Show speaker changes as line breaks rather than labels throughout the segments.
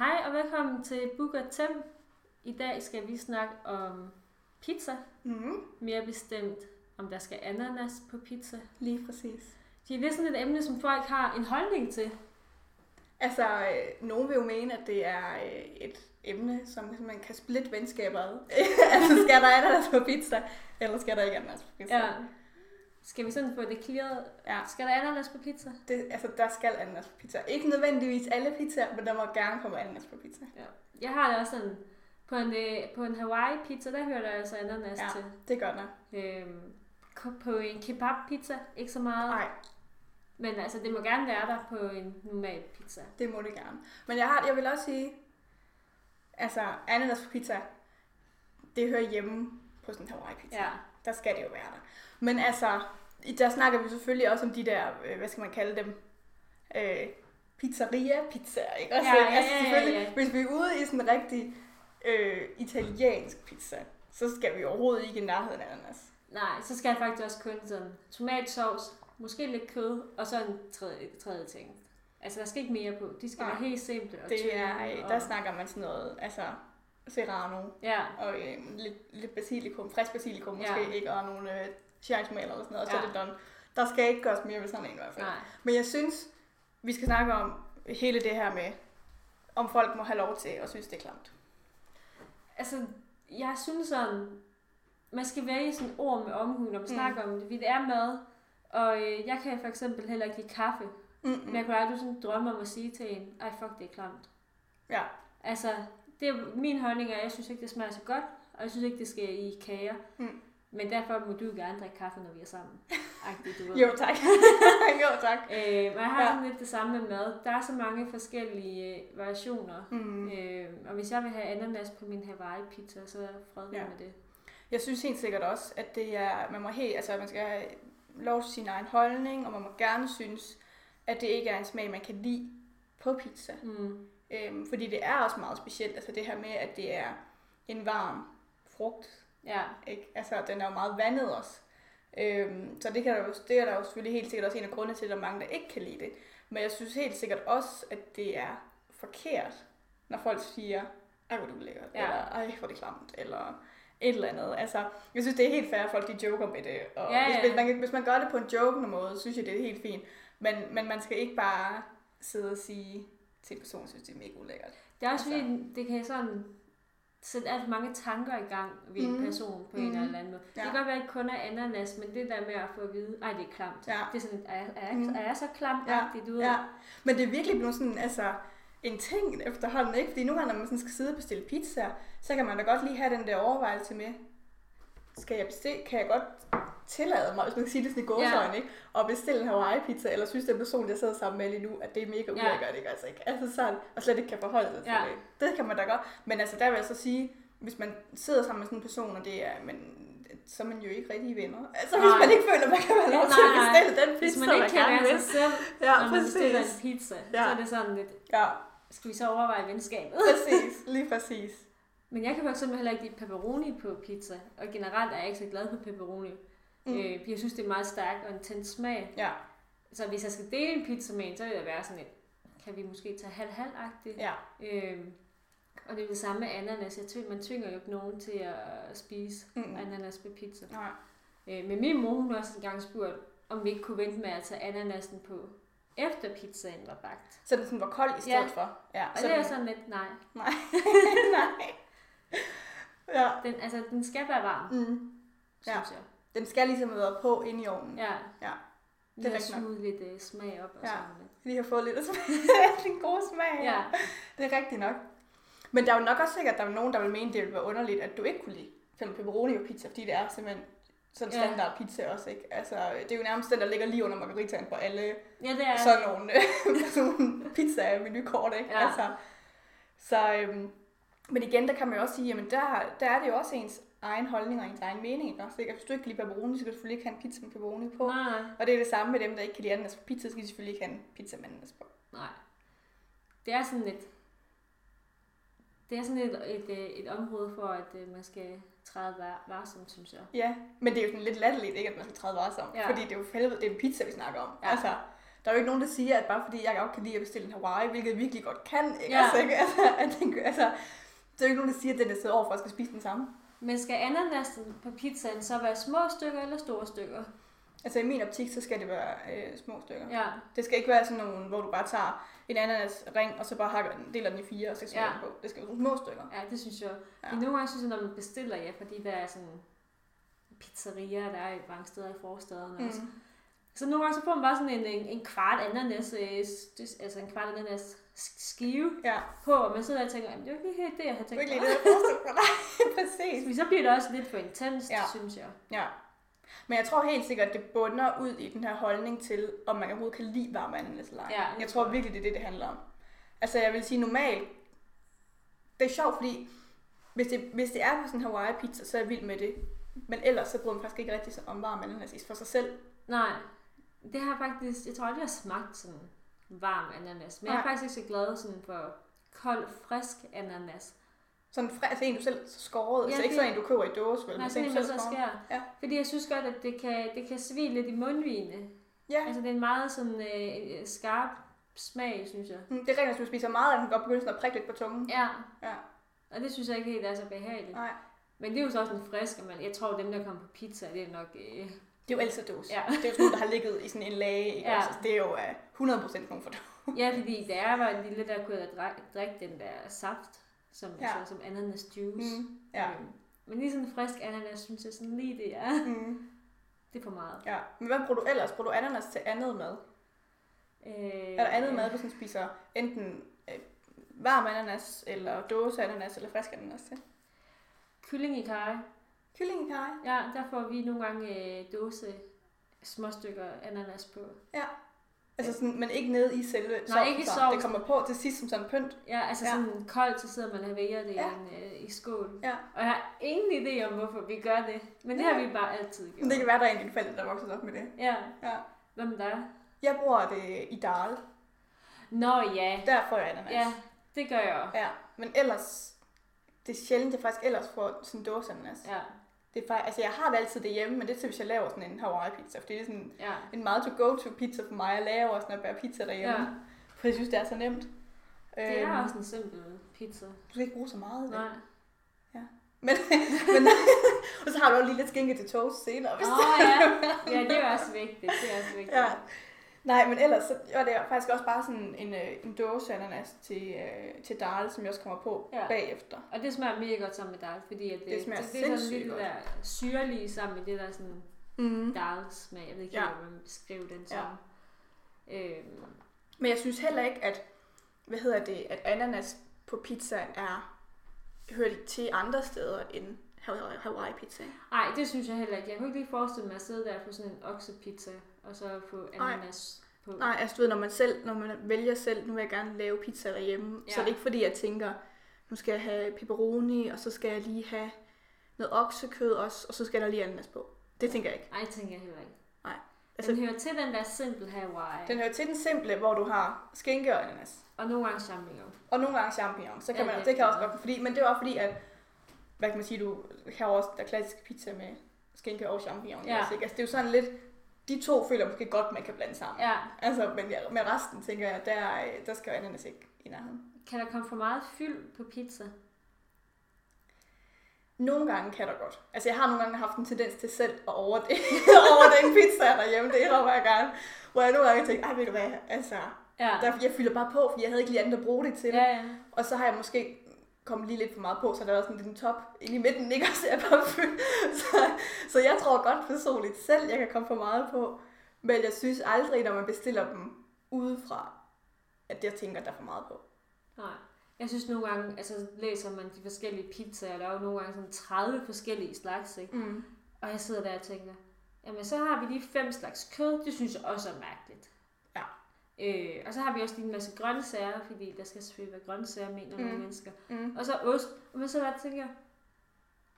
og velkommen til Book og Tem. I dag skal vi snakke om pizza.
Mm,
Mere bestemt, om der skal ananas på pizza.
lige præcis.
Det er lidt sådan et emne, som folk har en holdning til.
Altså, øh, nogen vil jo mene, at det er øh, et emne, som man kan splitte venskaber ad. altså, skal der ananas på pizza, eller skal der ikke ananas på pizza?
Ja. Skal vi sådan få det clearet?
ja.
Skal der ananas på pizza?
Det, altså, der skal ananas på pizza. Ikke nødvendigvis alle pizzaer, men der må gerne komme ananas på pizza.
Ja. Jeg har det også sådan, på en, øh, på en Hawaii pizza, der hører der altså ananas
Ja.
til.
Det gør der.
Øhm, ko- på en kebab pizza, ikke så meget.
Nej,
Men altså, det må gerne være der på en normal pizza.
det må det gerne. Men jeg, har, jeg vil også sige, altså, ananas på pizza, det hører hjemme på sådan en Hawaii-pizza.
Ja.
der skal det jo være der. Men altså, i- der snakker vi selvfølgelig også om de der, øh, hvad skal man kalde dem, øh, pizzeria pizzaer, ikke? Også,
Ja, ja,
altså,
ja, ja,
selvfølgelig,
ja.
Hvis vi er ude i sådan en rigtig øh, italiensk pizza, så skal vi overhovedet ikke i nærheden af ananas.
Nej, så skal jeg faktisk også kun sådan tomatsovs, måske lidt kød, og så en tredje, tredje ting. Altså, der skal ikke mere på. De skal
Nej.
være helt simple og
Det
tynde
er, øh,
og...
der snakker man sådan noget, altså serrano
Ja,
og øh, lidt, lidt basilikum, frisk basilikum måske,
Ja.
ikke? Og nogle øh, cherrytomater eller sådan noget, og så
Ja.
er det done. Der skal ikke gøres mere ved sådan en i hvert fald.
nej.
Men jeg synes, vi skal snakke om hele det her med, om folk må have lov til at synes, det er klamt.
Altså, jeg synes sådan, man skal vælge sådan ord med omhu, når man
Mm.
snakker om det, fordi det er mad. Og øh, jeg kan for eksempel heller ikke lide kaffe, mm. men jeg
Mm-mm.
kunne aldrig sådan drømme om at sige til en, ej fuck, det er klamt.
Ja.
Altså, det er min holdning, og jeg synes ikke, det smager så godt, og jeg synes ikke, det skal i kager.
Mm.
Men derfor må du jo gerne drikke kaffe, når vi er sammen. Agtigt, du ved.
Jo tak. jo tak.
Øh, og jeg har
Ja.
sådan lidt det samme med mad. Der er så mange forskellige øh, variationer.
Mm.
Øh, og hvis jeg vil have ananas på min Hawaii-pizza, så er fred ja.
Ja.
med det.
Jeg synes helt sikkert også, at det er, man må helt, altså man skal have lov til sin egen holdning, og man må gerne synes, at det ikke er en smag, man kan lide på pizza.
Mm.
Øhm, fordi det er også meget specielt, altså det her med, at det er en varm frugt,
Ja,
Ikke? Altså, den er jo meget vandet også. Øhm, så det, kan der jo, det er der jo selvfølgelig helt sikkert også en af grundene til, at der er mange, der ikke kan lide det. Men jeg synes helt sikkert også, at det er forkert, når folk siger, ej, hvor er du lækkert,
Ja.
ja. eller ej, hvor er det klamt, eller et eller andet. Altså, jeg synes, det er helt fair, at folk de joker med det. Og
Ja, ja.
Hvis, hvis, man, hvis man gør det på en jokende måde, synes jeg, det er helt fint. Men, men man skal ikke bare sidde og sige til en person, synes det er mega ulækkert.
det er også
Altså.
fordi, det kan sådan sætte alt for mange tanker i gang ved en
Mm.
person på mm. en
Mm.
eller anden måde. Ja. Det kan
Ja.
godt være, at det kun er ananas, men det der med at få at vide, ej det er klamt.
Ja.
Det er sådan, er, jeg- er, jeg-
Mm.
er jeg så klamt?
Ja.
Ja. Du ved.
Ja, men det er virkelig blevet sådan, altså, en ting efterhånden, ikke? Fordi nu når man sådan skal sidde og bestille pizza, så kan man da godt lige have den der overvejelse med, skal jeg bestille, kan jeg godt tillade mig, hvis man kan sige det sådan i gåsøjne, ikke? Og bestille en Hawaii-pizza, eller synes den person, jeg sidder sammen med lige nu, at det er mega ulækkert, ikke? Altså, ikke? Altså sådan, og slet ikke kan forholde sig til
Ja.
det. Det kan man da godt. Men altså, der vil jeg så sige, hvis man sidder sammen med sådan en person, og det er, men så er man jo ikke rigtig venner. Altså, hvis
Nej.
man ikke føler, man kan være lov til at
Nej, nej.
bestille den pizza,
Hvis man ikke kan
gerne
være
vil.
sig selv,
Ja,
når man bestiller en
præcis.
pizza, ja.
Ja.
så er det sådan lidt,
Ja,
skal vi så overveje venskabet?
præcis. Lige præcis.
Men jeg kan for eksempel heller ikke lide pepperoni på pizza, og generelt er jeg ikke så glad for pepperoni. Mm.
Mm.
Øh, fordi jeg synes, det er meget stærk og intens smag.
Ja,
Så hvis jeg skal dele en pizza med en, så vil jeg være sådan et, kan vi måske tage halv-halv-agtigt?
ja.
Øh, og det er det samme med ananas. Jeg tvinger, man tvinger jo ikke nogen til at spise
Mm.
mm. ananas på pizza.
Nej.
Øh, men min mor, hun har også engang spurgt, om vi ikke kunne vente med at tage ananasen på, efter pizzaen var bagt.
Så den sådan var kold i stedet
Ja.
for. Ja,
Og det er sådan lidt, nej.
Nej. Ja.
Den, altså, den skal være varm,
Mm. Ja.
synes jeg.
Den skal ligesom have været på inde i ovnen.
Ja.
Ja.
Det
Det er
er
rigtigt nok.
suget lidt øh, smag op og
Ja.
sådan lidt.
Lige har fået lidt af smag. den gode smag.
Ja.
Det er rigtigt nok. Men der er jo nok også sikkert, at der er nogen, der vil mene, det ville være underligt, at du ikke kunne lide fem pepperoni og pizza, fordi det er simpelthen sådan
Ja.
standard pizza også, ikke? Altså, det er jo nærmest den, der ligger lige under margaritaen på alle
ja, det er
sådan nogle, sådan nogle pizza-menukort, ikke?
Ja.
Ja. Altså, så, øhm, men igen, der kan man jo også sige, jamen der, der er det jo også ens egen holdning og ens egen mening, ikke? Også, ikke? Og Hvis du ikke kan lide pepperoni, så kan du selvfølgelig ikke have en pizza med pepperoni på. Nej.
Nej, nej,
Og det er det samme med dem, der ikke kan lide ananas på pizza, så skal de selvfølgelig ikke have en pizza med ananas på.
nej. Det er sådan lidt... Det er sådan et, et, øh, et område for, at øh, man skal træde var- varsomt, synes jeg.
Ja, men det er jo sådan lidt latterligt, ikke? At man skal træde varsomt,
Ja.
ja. fordi det er jo for helvede, det er en pizza, vi snakker om.
Ja.
Altså, Der er jo ikke nogen, der siger, at bare fordi jeg godt kan lide at bestille en Hawaii, hvilket jeg virkelig godt kan, ikke?
Ja.
Altså, ikke? Altså, at den, altså, der er jo ikke nogen, der siger, at den, der sidder overfor, skal spise den samme.
Men skal ananasen på pizzaen så være små stykker eller store stykker?
Altså i min optik, så skal det være øh, små stykker.
Ja.
Det skal ikke være sådan nogle, hvor du bare tager en ananas ring, og så bare hakker den, deler den i fire, og så små
Ja.
ja. på. Det skal være nogle små stykker.
Ja, det synes jeg.
Ja.
Men nogle gange synes jeg, når man bestiller, ja, fordi der er sådan pizzerier, der er i mange steder i forstederne mm. også.
Mm.
Så nogle gange så får man bare sådan en, en, en kvart ananas, øh, s- altså en kvart ananas sk- skive
Ja,
på, og man sidder og tænker, "Jamen, det er jo ikke lige helt det, jeg havde
det er
tænkt
ikke lige
mig.
det, jeg forestillede mig. Nej, præcis.
Men så bliver det også lidt for intenst, ja.
Ja.
synes jeg.
Ja. Men jeg tror helt sikkert, det bunder ud i den her holdning til, om man overhovedet kan lide varme ananas eller ej.
Ja, det
jeg
tror
tror
jeg.
virkelig, det er det, det handler om. Altså jeg vil sige normalt, det er sjovt, fordi hvis det, hvis det er på sådan en Hawaii pizza, så er jeg vild med det. Men ellers så bryder man faktisk ikke rigtig sig om varm ananas for sig selv.
Nej, det har jeg faktisk, jeg tror aldrig, jeg har smagt sådan varm ananas, men Nej. jeg er
Nej.
faktisk ikke så glad sådan for kold, frisk ananas.
Sådan fri, altså en, du selv skåret.
Ja,
Ja, altså ikke
det-
sådan en, du køber i dåse, vel?
Nej,
men
sådan en,
du
man
selv
så
skåret.
skærer.
Ja.
Fordi jeg synes godt, at det kan, det kan svige lidt i mundvigene.
Ja,
Altså, det er en meget sådan øh, øh, skarp smag, synes jeg.
Mm, det er rent, hvis du spiser meget, at den kan godt begynde sådan at prikke lidt på tungen.
Ja.
Ja.
Og det synes jeg ikke helt er så behageligt.
Nej,
Men det er jo så også en frisk, og man, jeg tror, dem, der kommer på pizza, det er nok... Øh,
det er jo altid dåse.
Ja.
Det er jo sådan, noget, der har ligget i sådan en lage. Ikke?
Ja.
Ja. det er jo uh, 100% nogen for
ja, fordi da jeg var lille, der kunne jeg da drik- drikke den der saft, som, ja.
Ja.
altså, som ananas juice.
Mm. Ja.
Øhm, Men lige sådan en frisk ananas, synes jeg sådan lige, det er,
Mm.
det er for meget.
Ja. Men hvad bruger du ellers? Bruger du ananas til andet mad?
Øh,
Er der andet mad, du sådan spiser enten øh, varm ananas, eller dåse ananas, eller frisk ananas til?
Kylling i kaj.
Kyllingekaj.
Ja, der får vi nogle gange øh, dåse småstykker ananas på.
Altså sådan, men ikke nede i selve sovsen,
ikke i
så.
sovsen.
Det kommer på til sidst som sådan pynt.
Ja, altså ja.
Ja.
sådan koldt, så sidder man og væger det ja.
Ja.
i, en, øh, i skål.
Ja.
Og jeg har ingen idé om, hvorfor vi gør det. Men det ja.
Ja.
har vi bare altid gjort.
Men det kan være, der er en af dine forældre, der er vokset op med det.
Ja.
Ja.
Hvad med dig?
Jeg bruger det i dal.
Nå ja.
Der får jeg ananas.
Ja, det gør jeg også.
ja. Men ellers, det er sjældent, jeg faktisk ellers får sådan dåse ananas.
Ja,
Det er faktisk, altså jeg har det altid derhjemme, men det er til, hvis jeg laver sådan en Hawaii pizza, fordi det er sådan
ja.
en meget to-go-to pizza for mig at lave, og sådan at bære pizza derhjemme.
Ja.
Ja. For jeg synes, det er så nemt.
Det er
Øhm,
også en simpel pizza.
Du skal ikke bruge så meget af det.
Nej.
Men, men og så har du også lige lidt skinke til toast senere. Hvis
Åh
oh.
oh, ja. ja, det er også vigtigt. Det er også vigtigt.
ja. Nej, men ellers så var det faktisk også bare sådan en, øh, en dåse ananas til, øh, til dal, som jeg også kommer på
Ja.
ja. bagefter.
Og det smager mega godt sammen med dal, fordi at det,
Det smager
det, det er sådan
sindssygt
lidt det
godt.
der syrlige sammen med det der sådan
Mm.
dalsmag. Jeg ved ikke,
Ja.
ja. hvordan man beskriver den som. Ja. Øhm,
Men jeg synes heller ikke, at, hvad hedder det, at ananas på pizzaen er hører til andre steder end Hawaii-pizza.
ej, det synes jeg heller ikke. Jeg kunne ikke lige forestille mig at sidde der på sådan en oksepizza, og så få ananas på.
Nej, altså du ved, når man selv, når man vælger selv, nu vil jeg gerne lave pizza derhjemme, ja. så
Ja.
er det ikke fordi, jeg tænker, nu skal jeg have pepperoni, og så skal jeg lige have noget oksekød også, og så skal der lige ananas på. Det tænker jeg ikke.
Ej, tænker jeg heller ikke.
Nej.
Altså,
Altså-
den hører til den der simple Hawaii,
Den hører til den simple, hvor du har skinke og ananas,
og nogle gange champignon.
og nogle gange champignon. Så kan
Ja,
ja, man,
det
det, det kan
er
også godt, fordi, men det var fordi, at, hvad kan man sige, du har jo også der klassiske pizza med skinke og champignon.
Ja.
Ja. Altså, ikke? altså, det er jo sådan lidt, de to føler måske godt, man kan blande sammen. Ja.
Ja,
Altså, men jeg- med resten tænker jeg, der, øh, der skal ananas ikke i nærheden.
kan der komme for meget fyld på pizza?
Nogle gange kan der godt. Altså jeg har nogle gange haft en tendens til selv at over det, over den pizza derhjemme, det indrømmer jeg gerne. Hvor jeg nogle gange tænkte, ej ved du hvad, altså,
Ja.
der, jeg fylder bare på, fordi jeg havde ikke lige andet at bruge det til.
ja, ja.
Og så har jeg måske kommet lige lidt for meget på, så der var sådan lidt en top inde i midten, ikke? Og Så, jeg bare fyldt. så, så jeg tror godt personligt selv, jeg kan komme for meget på. Men jeg synes aldrig, når man bestiller dem udefra, at jeg tænker, at der er for meget på.
Nej. Jeg synes nogle gange, altså læser man de forskellige pizzaer, der er jo nogle gange sådan 30 forskellige slags, ikke?
Mm.
Og jeg sidder der og tænker, jamen så har vi lige fem slags kød, det synes jeg også er mærkeligt.
Ja.
Øh, og så har vi også lige en masse grøntsager, fordi der skal selvfølgelig være grøntsager, mener nogle
Mm.
mennesker.
Mm.
Og så ost, og man så bare tænker,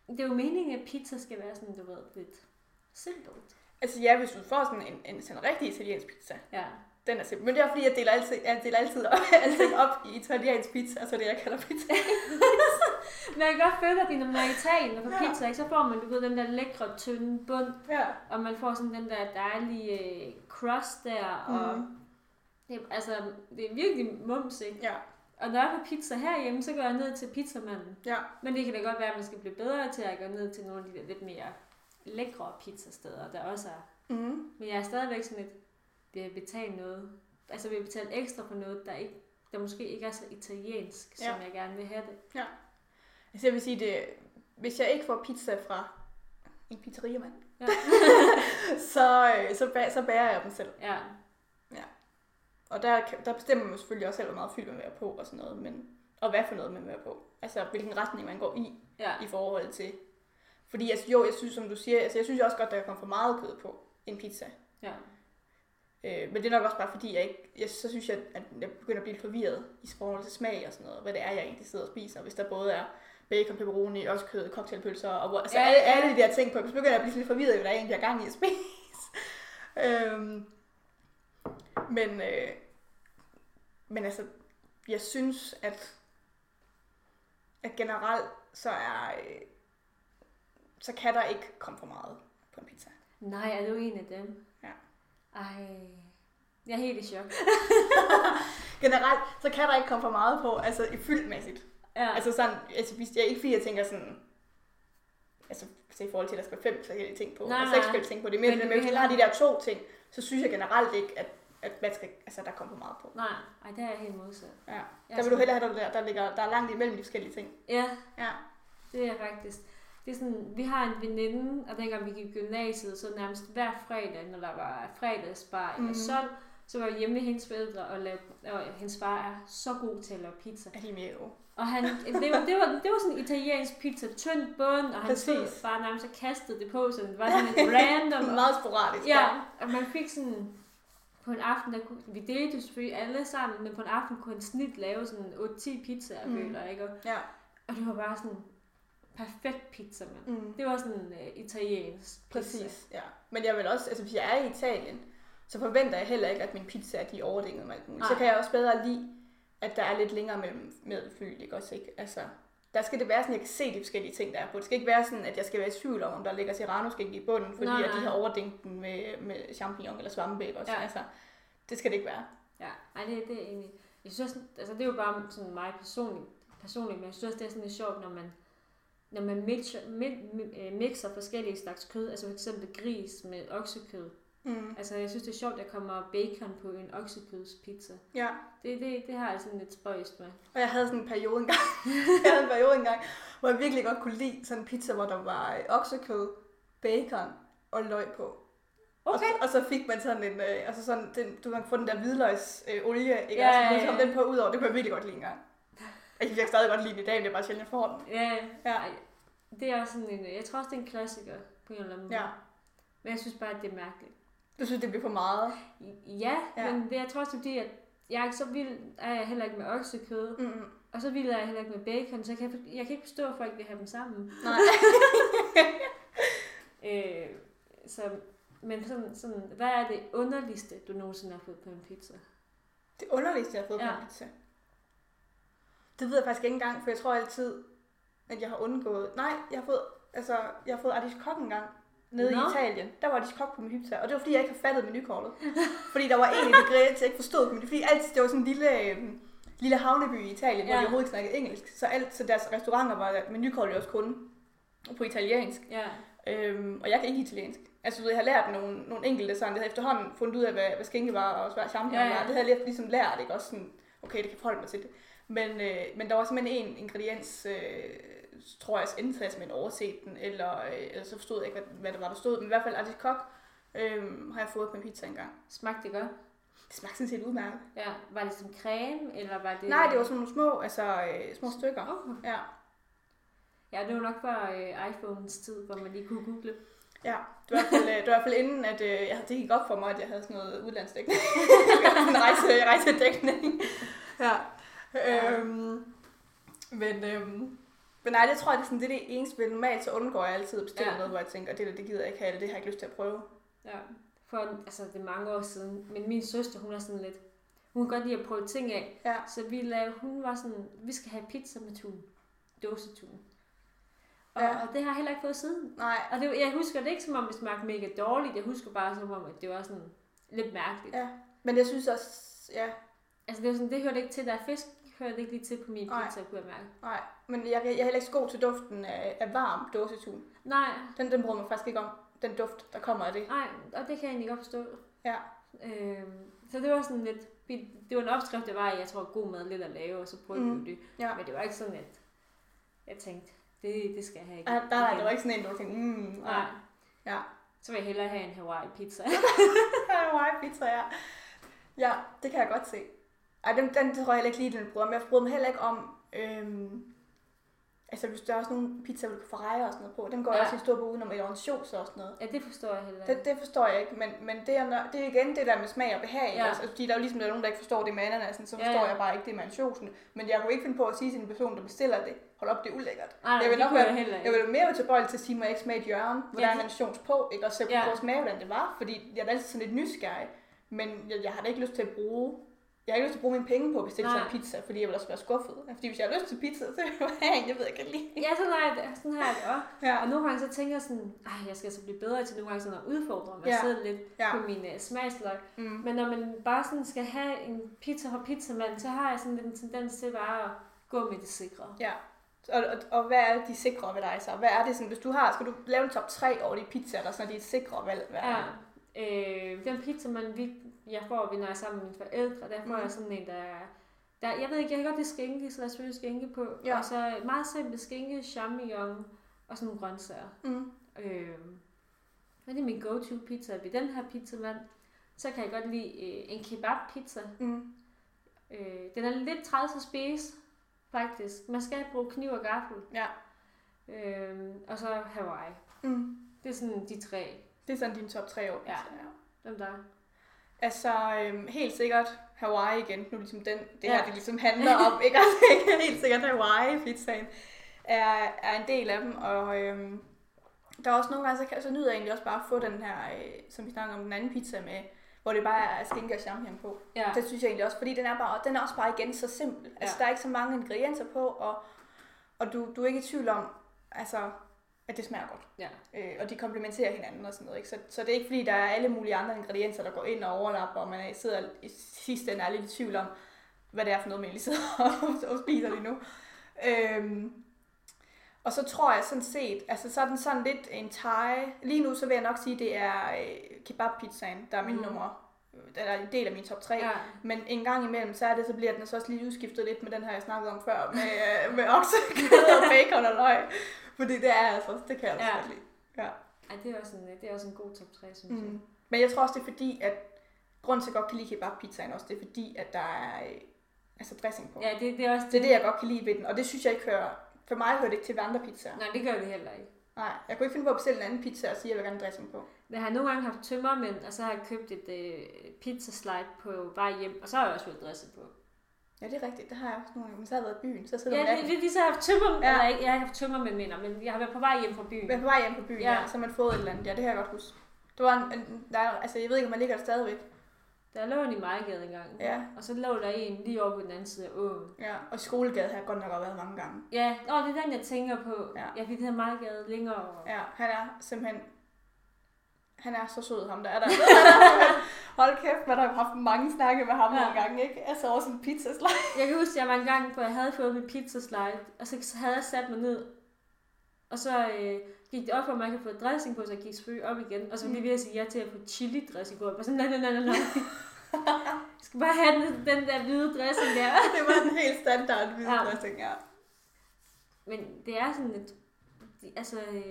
det er jo meningen, at pizza skal være sådan, du ved, lidt simpelt.
Altså ja, hvis du får sådan en, en sådan rigtig italiensk pizza,
Ja.
Den er simpel. Men det er fordi, jeg deler altid, jeg deler altid op, altid op i italiensk pizza, altså det, jeg kalder pizza.
Men jeg kan godt føle, at når man er i Italien og på
Ja.
pizza, ikke, så får man du ved, den der lækre, tynde bund,
Ja.
Og man får sådan den der dejlige øh, crust der, og mm.
Mm.
Det, altså, det er virkelig mums, ikke?
Ja,
Og når jeg er på pizza herhjemme, så går jeg ned til pizzamanden.
ja.
Men det kan da godt være, at man skal blive bedre til at gå ned til nogle af de der lidt mere lækre pizzasteder, der også er.
Mm.
Men jeg er stadigvæk sådan lidt, vil jeg betale noget? Altså vil jeg betale ekstra for noget, der, ikke, der måske ikke er så italiensk, ja. som jeg gerne vil have det.
Altså jeg vil sige det, hvis jeg ikke får pizza fra en pizzeriemand,
Ja.
ja. så, øh, så, bæ- så bærer jeg dem selv.
Ja,
Og der, kan- der bestemmer man selvfølgelig også selv, hvor meget fyld man vil have på og sådan noget, men, og hvad for noget man vil have på. Altså hvilken retning man går i,
ja,
i forhold til. Fordi altså, jo, jeg synes, som du siger, altså, jeg synes også godt, der kan komme for meget kød på en pizza.
ja.
Øh, men det er nok også bare fordi, jeg ikke, jeg, så synes jeg, at jeg begynder at blive forvirret i forhold til smag og sådan noget. Hvad det er, jeg egentlig sidder og spiser. Hvis der både er bacon, pepperoni, også kød, cocktailpølser og hvor, altså
Ja,
ja,
ja,
alle,
ja.
alle de der ting på. Så begynder jeg at blive lidt forvirret, i, hvad der egentlig er gang i at spise. øhm, men, øh, men altså, jeg synes, at, at generelt så er, øh, så kan der ikke komme for meget på en pizza.
Nej, er du en af dem?
Ja.
Ej, jeg er helt i chok.
Generelt, så kan der ikke komme for meget på, altså i fyldmæssigt.
Ja,
Altså sådan, altså, hvis jeg ikke fordi jeg tænker sådan, altså så i forhold til, at der skal være fem forskellige ting på,
Nej,
nej, og
nej.
seks forskellige ting på, det er mere,
Men du
men, men
vil
hvis du har de der to ting, så synes jeg generelt ikke, at, at man skal, altså, der kommer for meget på.
nej, ej, der er jeg helt modsat.
Ja.
Jeg er
Der vil du
sådan-
hellere have, der, der, ligger, der er langt imellem de forskellige ting.
Ja,
Ja.
Det er jeg faktisk. Det er sådan, vi har en veninde, og dengang vi gik i gymnasiet, så nærmest hver fredag, når der var fredagsbar eller
Mm.
sådan, så var jeg hjemme med hendes forældre, og, lavede, og hendes far er så god til at lave pizza.
Er de mere jo?
Og han, det, var, det, var, det var sådan en italiensk pizza, tynd bund, og han stod
Præcis.
bare nærmest og kastede det på, så det var sådan lidt random. og-
Meget sporadisk.
Ja, og man fik sådan på en aften, der kunne, vi delte jo selvfølgelig alle sammen, men på en aften kunne han snit lave sådan 8-10 pizzaer,
Mm.
mm. føler jeg, ikke? Og,
Ja.
og det var bare sådan perfekt pizza, mand.
Mm.
Det var sådan øh, italiensk pizza.
Præcis, ja. Men jeg vil også, altså hvis jeg er i Italien, så forventer jeg heller ikke, at mine pizzaer de er overdænget med alt muligt. Så
Nej.
kan jeg også bedre lide, at der er lidt længere mellem med fyld, ikke også? Ikke? Altså, der skal det være sådan, at jeg kan se de forskellige ting, der er på. Det skal ikke være sådan, at jeg skal være i tvivl om, om der ligger serranoskænk i bunden, fordi
Nej,
at de
nej.
har overdænkt den med, med champignon eller svampe, ikke også?
Ja.
Altså, det skal det ikke være.
Ja, ej, det, det er egentlig... Jeg synes også, altså det er jo bare sådan meget personligt, personligt, men jeg synes også, det er sådan lidt sjovt, når man, når man mixer, mi, mi, øh, mixer forskellige slags kød, altså for eksempel gris med oksekød.
Mm.
Altså jeg synes, det er sjovt, at der kommer bacon på en oksekødspizza.
Ja,
Det, det, det har jeg sådan lidt spøjst med.
og jeg havde sådan en periode engang, jeg havde en periode engang, hvor jeg virkelig godt kunne lide sådan en pizza, hvor der var øh, oksekød, bacon og løg på. Og, og så fik man sådan en, øh, altså sådan, den, du kan få den der hvidløgsolie, øh, olie, ikke?
Ja,
Ja, og så
ja, ja.
ja, ja. den på ud over, det kunne jeg virkelig godt lide engang. Altså, Jeg kan stadig godt lide den i dag, men det er bare sjældent, jeg får den.
Ja,
Ja.
Ej, det er også sådan en... Jeg tror også, det er en klassiker på en eller anden måde.
Ja.
Men jeg synes bare, at det er mærkeligt.
Du synes, det bliver for meget?
Ja, ja.
Ja.
men det, jeg tror også, fordi at jeg er ikke så vild, er jeg heller ikke med oksekød,
Mm-mm.
og så vild er jeg heller ikke med bacon, så jeg kan, jeg kan ikke forstå, at folk vil have dem sammen.
Nej.
Øh, så, men sådan, sådan, hvad er det underligste, du nogensinde har fået på en pizza?
Det underligste, jeg har fået ja. på
Ja.
en pizza. Det ved jeg faktisk ikke engang, for jeg tror altid, at jeg har undgået... Nej, jeg har fået, altså, jeg har fået artiskok engang nede
Nå.
i Italien. Der var artiskok på min pizza, og det var fordi, jeg ikke har fattet menukortet. fordi der var en ingrediens, jeg ikke forstod, men det er fordi alt, det var sådan en lille, øh, lille havneby i Italien, ja. hvor
Ja.
de overhovedet ikke snakkede engelsk. Så, alt, så deres restauranter var menukortet jo også kun på italiensk.
Ja,
Øhm, og jeg kan ikke italiensk. Altså, du ved, jeg har lært nogle, nogle enkelte sådan, jeg har efterhånden fundet ud af, hvad, hvad skinke var, og hvad champignon
Ja,
ja,
ja.
ja. var. Det havde jeg lidt ligesom lært, ikke? Også sådan, okay, det kan forholde mig til det. Men, øh, men der var simpelthen en ingrediens, øh, tror jeg, indtages med en overset den, eller, øh, eller så forstod jeg ikke, hvad, hvad det var, der stod. Men i hvert fald artiskok øh, har jeg fået på en pizza engang.
smagte det godt?
Det smagte sådan set udmærket.
Ja, var det som creme, eller var det...
Det... Nej, det var sådan nogle små, altså øh, små stykker.
Oh.
Ja.
Ja, det var nok før øh, iPhones tid, hvor man lige kunne google.
Ja, det var i hvert fald, øh, det var i hvert fald inden, at øh, jeg- det gik op for mig, at jeg havde sådan noget udlandsdækning. en rejse, rejsedækning. Ja. Øhm, men, øhm, men nej, det tror jeg, det er sådan det, er det eneste, men normalt så undgår jeg altid at bestille
Ja.
ja. noget, hvor jeg tænker, det der, det gider jeg ikke have, eller det har jeg ikke lyst til at prøve.
Ja, for altså, det er mange år siden, men min søster, hun er sådan lidt... Hun kan godt lide at prøve ting af,
Ja.
Så vi lavede, hun var sådan, vi skal have pizza med tun. Dåsetun. Og, ja.
Ja.
og det har jeg heller ikke fået siden.
Nej,
Og det, jeg husker det ikke, som om det smagte mega dårligt. Jeg husker bare, som om at det var sådan lidt mærkeligt.
Ja. Men jeg synes også, ja,
Altså det, er jo sådan, det hørte ikke til, der er fisk, hørte ikke lige til på min
Nej.
pizza, kunne jeg mærke.
nej. Men jeg, jeg er heller ikke så god til duften af, af varm dåsetun.
Nej,
Den, den bryder mig faktisk ikke om, den duft, der kommer af det.
nej, og det kan jeg egentlig godt forstå.
Ja.
Øhm, så det var sådan lidt, bit- det var en opskrift, det var, jeg tror, god mad lidt at lave, og så prøvede
Mm.
mm. det.
ja.
Men det var ikke sådan, at jeg tænkte, det, det skal jeg have igen.
Ah, der, der,
igen.
der var ikke sådan en, du tænkte, mm,
Nej.
nej. Ja.
Så vil jeg hellere have en Hawaii pizza.
Hawaii pizza, ja. Ja, det kan jeg godt se. Ej, den, den tror jeg heller ikke lige, den bruger, men jeg bryder mig heller ikke om, øhm, altså hvis der er også nogle pizzaer på Ferrari og sådan noget på, dem går ja.
Ja.
jeg også i stor på udenom, eller en shows og sådan noget.
ja, det forstår jeg heller ikke.
Det, det forstår jeg ikke, men, men det, er, nok- det er igen det der med smag og behag. Ja.
Ja.
Altså, fordi der er jo ligesom der er nogen, der ikke forstår det med ananasen, så
Ja,
forstår ja, ja.
ja.
jeg bare ikke det med ansjosen. Men jeg kunne ikke finde på at sige til en person, der bestiller det, hold op, det er ulækkert.
Nej, nej,
jeg
det
vil nok
kunne
være-
jeg heller ikke.
Jeg ville mere være tilbøjelig til at sige, må jeg ikke smage et hjørne, hvor
Ja.
der er en ansjons på, ikke? og så ja.
Ja.
prøve at smage, hvordan det var, fordi jeg er da altid sådan lidt nysgerrig. Men jeg, jeg har da ikke lyst til at bruge jeg har ikke lyst til at bruge mine penge på at bestille sådan en
Nej.
pizza, fordi jeg vil også være skuffet. Fordi hvis jeg har lyst til pizza, så vil jeg have en, jeg ved, jeg kan lide.
Ja, sådan har jeg det, sådan har jeg det også.
Ja,
Og nogle gange så tænker jeg sådan, at jeg skal altså blive bedre til nogle gange sådan at udfordre mig
Ja.
ja. selv lidt
ja.
ja. på mine smagsløg.
Mm.
Men når man bare sådan skal have en pizza fra pizzamanden, så har jeg sådan lidt en tendens til bare at gå med det sikre.
Ja. Og, og, og hvad er de sikre ved dig så? Hvad er det sådan, hvis du har, skal du lave en top 3 over de pizzaer, der sådan er dit sikre valg? Hvad er
Ja.
det?
Øh, den pizza, man, vi, jeg får, når jeg er sammen med mine forældre, der får
Mm.
mm. jeg sådan en, der er... Der, jeg ved ikke, jeg kan godt lide skinke, så lad os selvfølgelig skinke på.
Ja.
Ja. Og så meget simpelt skinke, champignon og sådan nogle grøntsager.
Mm.
Øh, men det er min go-to pizza. Ved den her pizzamand, så kan jeg godt lide øh, en kebab pizza.
Mm.
Øh, den er lidt træls at spise, faktisk. Man skal bruge kniv og gaffel.
Ja.
Øh, og så Hawaii.
Mm.
Det er sådan de tre,
Det er sådan din top 3 over pizzaer. Ja.
dem der. er.
Altså, øhm, helt sikkert Hawaii igen. Nu er ligesom den, det her,
Ja.
det ligesom handler om, ikke? Altså, ikke? helt sikkert Hawaii-pizzaen er, er en del af dem, og øhm, der er også nogle gange, så, kan, så nyder jeg egentlig også bare at få den her, øh, som vi snakker om, den anden pizza med, hvor det bare er skinke og champagne på.
Ja.
Det synes jeg egentlig også, fordi den er, bare, den er også bare igen så simpel. Altså,
Ja.
der er ikke så mange ingredienser på, og, og du, du er ikke i tvivl om, altså, at det smager godt.
Ja.
Øh, og de komplementerer hinanden og sådan noget. Ikke? Så, så det er ikke fordi, der er alle mulige andre ingredienser, der går ind og overlapper, og man er, sidder i sidste ende er lidt i tvivl om, hvad det er for noget, man lige sidder og, og spiser lige nu. Øhm, og så tror jeg sådan set, altså så er den sådan lidt en thai. Lige nu så vil jeg nok sige, det er øh, kebabpizzaen, der er min mm.
Mm.
nummer, øh, der er en del af min top 3.
Ja.
Men en gang imellem, så er det, så bliver den så også lige udskiftet lidt med den her, jeg snakkede om før, med, øh, med oksekød og bacon og løg. Fordi det er altså, det kan jeg også
Ja.
godt lide. Ja.
Ej, det er også en, det er også en god top 3, synes mm. jeg.
Mm. Men jeg tror også, det er fordi, at grunden til, at jeg godt kan lide kebabpizzaen også, det er fordi, at der er øh, altså dressing på. Ja.
Ja, det, det er også
Det er det, jeg godt kan lide ved den, og det synes jeg ikke hører. For mig hører det ikke til ved andre pizzaer.
Nej, det gør det heller ikke.
Nej, jeg kunne ikke finde på at bestille en anden pizza og sige, at jeg vil gerne have dressing på.
Jeg har nogle gange haft tømmermænd, og så har jeg købt et øh, pizzaslide på vej hjem, og så har jeg også fået dresset på.
Ja, det er rigtigt. Det har jeg også nogle gange. Men så har jeg været i byen, så sidder
Ja,
man
det,
af.
det er lige så jeg har haft tømmermænd,
Ja.
ja. eller ikke, jeg har ikke haft tømmermænd, mener, men jeg har været på vej hjem fra byen.
Men på vej hjem på byen, ja.
Ja.
ja. så har man fået et eller andet. Ja, det kan jeg godt huske. Det var en, en der, er- altså, jeg ved ikke, om man ligger der stadigvæk.
Der lå en i Majegade engang,
Ja.
og så lå der en lige over på den anden side af åen.
Ja, og skolegade har jeg godt nok også været mange gange.
Ja, og det er den, jeg tænker på.
Ja.
Ja, fordi det hedder Majegade længere over.
Ja, han er simpelthen... Han er så sød, ham der er der. Han er simpelthen- Hold kæft, man har haft mange snakke med ham
Ja.
ja. nogle gange, ikke? Altså også en pizza slice.
Jeg kan huske, at jeg var en gang, hvor jeg havde fået mit pizzaslide, og så havde jeg sat mig ned, og så øh, gik det op for mig, at jeg kunne få dressing på, så jeg gik selvfølgelig op igen, og så
Mm.
var lige ved at sige ja til at få chili dressing på, og jeg var sådan, nej, nej, nej, nej, nej. Jeg skal bare have den, den der hvide dressing der.
Det var en helt standard hvide
Ja.
dressing, ja.
Men det er sådan lidt, det- altså, øh,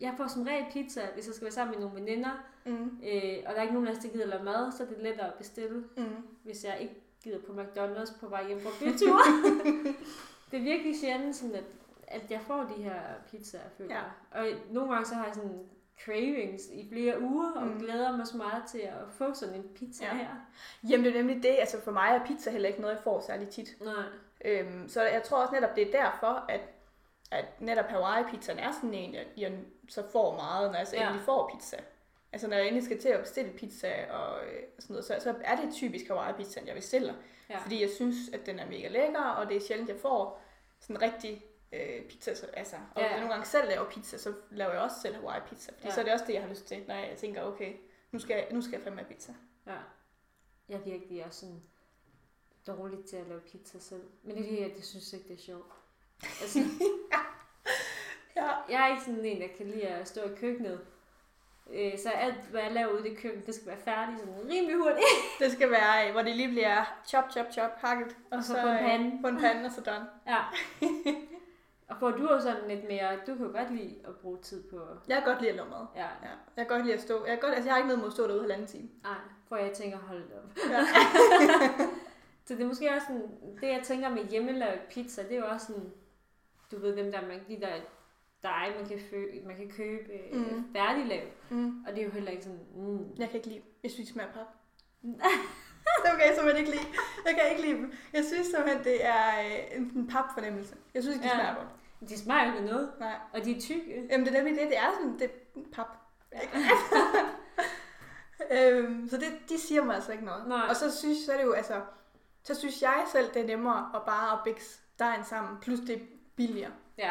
jeg får som regel pizza, hvis jeg skal være sammen med nogle veninder,
Mm.
øh, og der er ikke nogen af os, der gider lave mad, så er det lettere at bestille.
Mm.
hvis jeg ikke gider på McDonald's på vej hjem fra bytur. det er virkelig sjældent, sådan at, at jeg får de her pizzaer, føler
Ja.
ja. Og nogle gange så har jeg sådan cravings i flere uger, og
Mm.
mm. glæder mig så meget til at få sådan en pizza
Ja.
ja. her.
Jamen det er nemlig det, altså for mig er pizza heller ikke noget, jeg får særlig tit.
Nej.
Øhm, så jeg tror også netop, det er derfor, at, at netop Hawaii-pizzaen er sådan en, jeg, jeg så får meget, når jeg så
Ja.
endelig får pizza. Altså når jeg endelig skal til at bestille pizza og øh, sådan noget, så, så er det typisk Hawaii-pizzaen, jeg bestiller. Ja.
Ja.
Fordi jeg synes, at den er mega lækker, og det er sjældent, jeg får sådan rigtig øh, pizza. Så, altså, og
Ja.
ja. jeg nogle gange selv laver pizza, så laver jeg også selv Hawaii-pizza. Fordi ja.
Ja.
så er det også det, jeg har lyst til, når jeg tænker, okay, nu skal jeg, nu skal jeg fandme have pizza.
Ja. Jeg er virkelig også sådan, dårlig til at lave pizza selv. Men det er fordi, at jeg synes ikke, det er sjovt. Altså,
Ja.
jeg er ikke sådan en, der kan lide at stå i køkkenet. Øh, så alt, hvad jeg laver ude i det køkken, det skal være færdigt sådan rimelig hurtigt.
Det skal være, øh, hvor det lige bliver chop, chop, chop, hakket.
Og så på en
øh,
pande.
På en pande, og så done.
Ja. Og hvor du er sådan lidt mere, du kan jo godt lide at bruge tid på,
Jeg kan godt lide at lave mad.
ja,
Ja, jeg kan godt lide at stå. Jeg, kan godt, altså, jeg har ikke noget mod at stå derude halvanden time.
nej, hvor jeg tænker, hold da op.
Ja.
Så det er måske også sådan, det jeg tænker med hjemmelavet pizza, det er jo også sådan, du ved dem der, man, de der dej, man kan, fø, man kan købe
Mm.
mm. færdiglavet.
Mm.
Og det er jo heller ikke sådan, mm.
Jeg kan ikke lide dem. Jeg synes, de smager af pap. det kan jeg simpelthen ikke lide. Jeg kan ikke lide dem. Jeg synes simpelthen, det er øh, en en papfornemmelse. Jeg synes ikke,
Ja.
de smager godt.
de smager jo ikke af noget,
Nej.
og de er tykke.
Jamen, det er nemlig det. Det er sådan, det er pap. øhm, så det, de siger mig altså ikke noget.
Nej.
Og så synes, så er det jo, altså, så synes jeg selv, det er nemmere at bare at bikse dejen sammen. Plus det er billigere.
Ja,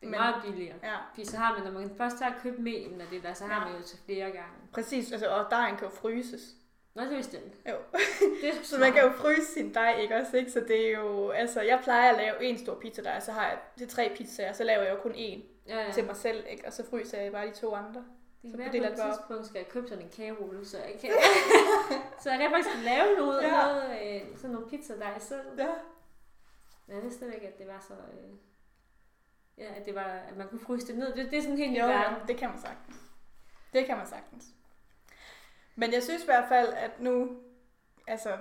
det er
Men-
meget billigere.
Ja.
Fordi så har man, når man først har købt melen og det der, så har
Ja.
man jo til flere gange.
Præcis, altså, og dejen kan jo fryses.
Nå, det vidste jeg ikke.
Jo.
Det er
Så man kan jo fryse sin dej, ikke også? Ikke? Så det er jo, altså, jeg plejer at lave en stor pizza dej, så har jeg til tre pizzaer, så laver jeg jo kun en
ja, ja.
ja. til mig selv, ikke? Og så fryser jeg bare de to andre.
Det
så
kan være,
fordeler
på et
det bare op.
tidspunkt skal jeg købe sådan en kagerulle, så jeg kan, så jeg kan faktisk lave noget,
Ja.
ja. noget øh, sådan nogle pizza der selv.
Ja.
Men jeg vidste slet ikke, at det var så... Øh, ja, at, det var, at man kunne fryse det ned. Det, det er sådan helt
Jo,
i
ja,
verden.
det kan man sagtens. Det kan man sagtens. Men jeg synes i hvert fald, at nu, altså,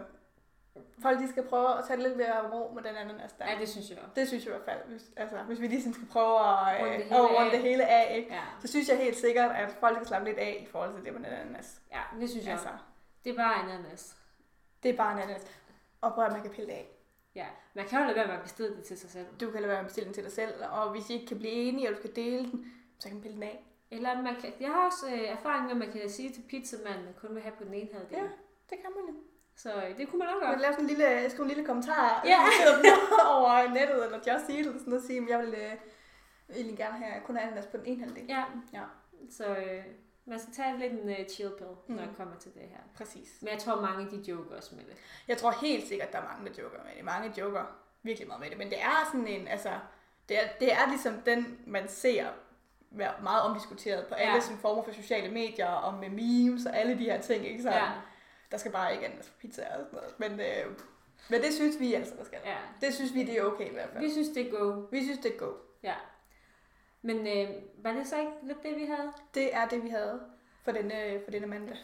folk de skal prøve at tage det lidt mere ro med den ananas der.
Ja, det synes jeg også.
Det synes jeg i hvert fald, hvis, altså, hvis vi lige sådan skal prøve at,
Runde det
øh,
hele
at runde
af.
det hele af, ikke?
Ja,
Så synes jeg helt sikkert, at folk skal slappe lidt af i forhold til det med den ananas.
ja det synes jeg
Altså,
også. Det er bare ananas.
Det er bare en ananas. Og prøv at man kan pille det af.
Ja, man kan jo lade være med at bestille det til sig selv.
Du kan lade være med at bestille den til dig selv, og hvis I ikke kan blive enige, og du skal dele den, så kan man pille den af.
Eller man kan, jeg har også øh, erfaring med, at man kan sige til pizzamanden, at kun vil have på den ene halvdel.
Ja.
Ja.
Det kan man jo.
Så øh, det kunne man også
Man kan
gøre.
lave sådan en lille, øh, skrive en lille kommentar
Ja.
yeah. over nettet, eller Just Eat, eller sådan noget, og sige, at jeg vil øh, egentlig gerne have kun have ananas på den ene halvdel.
Ja.
Ja.
Så øh, man skal tage lidt en øh, chill pill, mm. når
Mm.
det kommer til det her.
Præcis.
Men jeg tror, mange de joker også med det.
Jeg tror helt sikkert, at der er mange, der joker med det. Mange joker virkelig meget med det, men det er sådan en, altså, det er, det er ligesom den, man ser være meget omdiskuteret på alle
Ja.
sådan former for sociale medier, og med memes og alle de her ting, ikke så?
Ja,
Der skal bare ikke andet for pizza og sådan noget. Men, øh, men det synes vi altså, der skal.
ja.
Det synes vi, det er okay i hvert fald.
Vi synes, det er go.
Vi synes, det er go.
Ja. Men øh, var det så ikke lidt det, vi havde?
Det er det, vi havde for denne, øh, for denne mandag.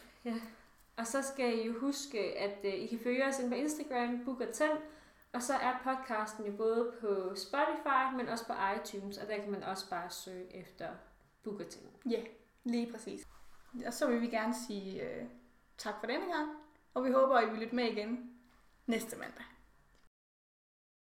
Og så skal I jo huske, at øh, I kan følge os ind på Instagram, Book og Tell. Og så er podcasten jo både på Spotify, men også på iTunes. Og der kan man også bare søge efter Book og Tell.
Ja, yeah, lige præcis. Og så vil vi gerne sige øh, tak for denne gang, og vi håber, I vil lytte med igen næste mandag.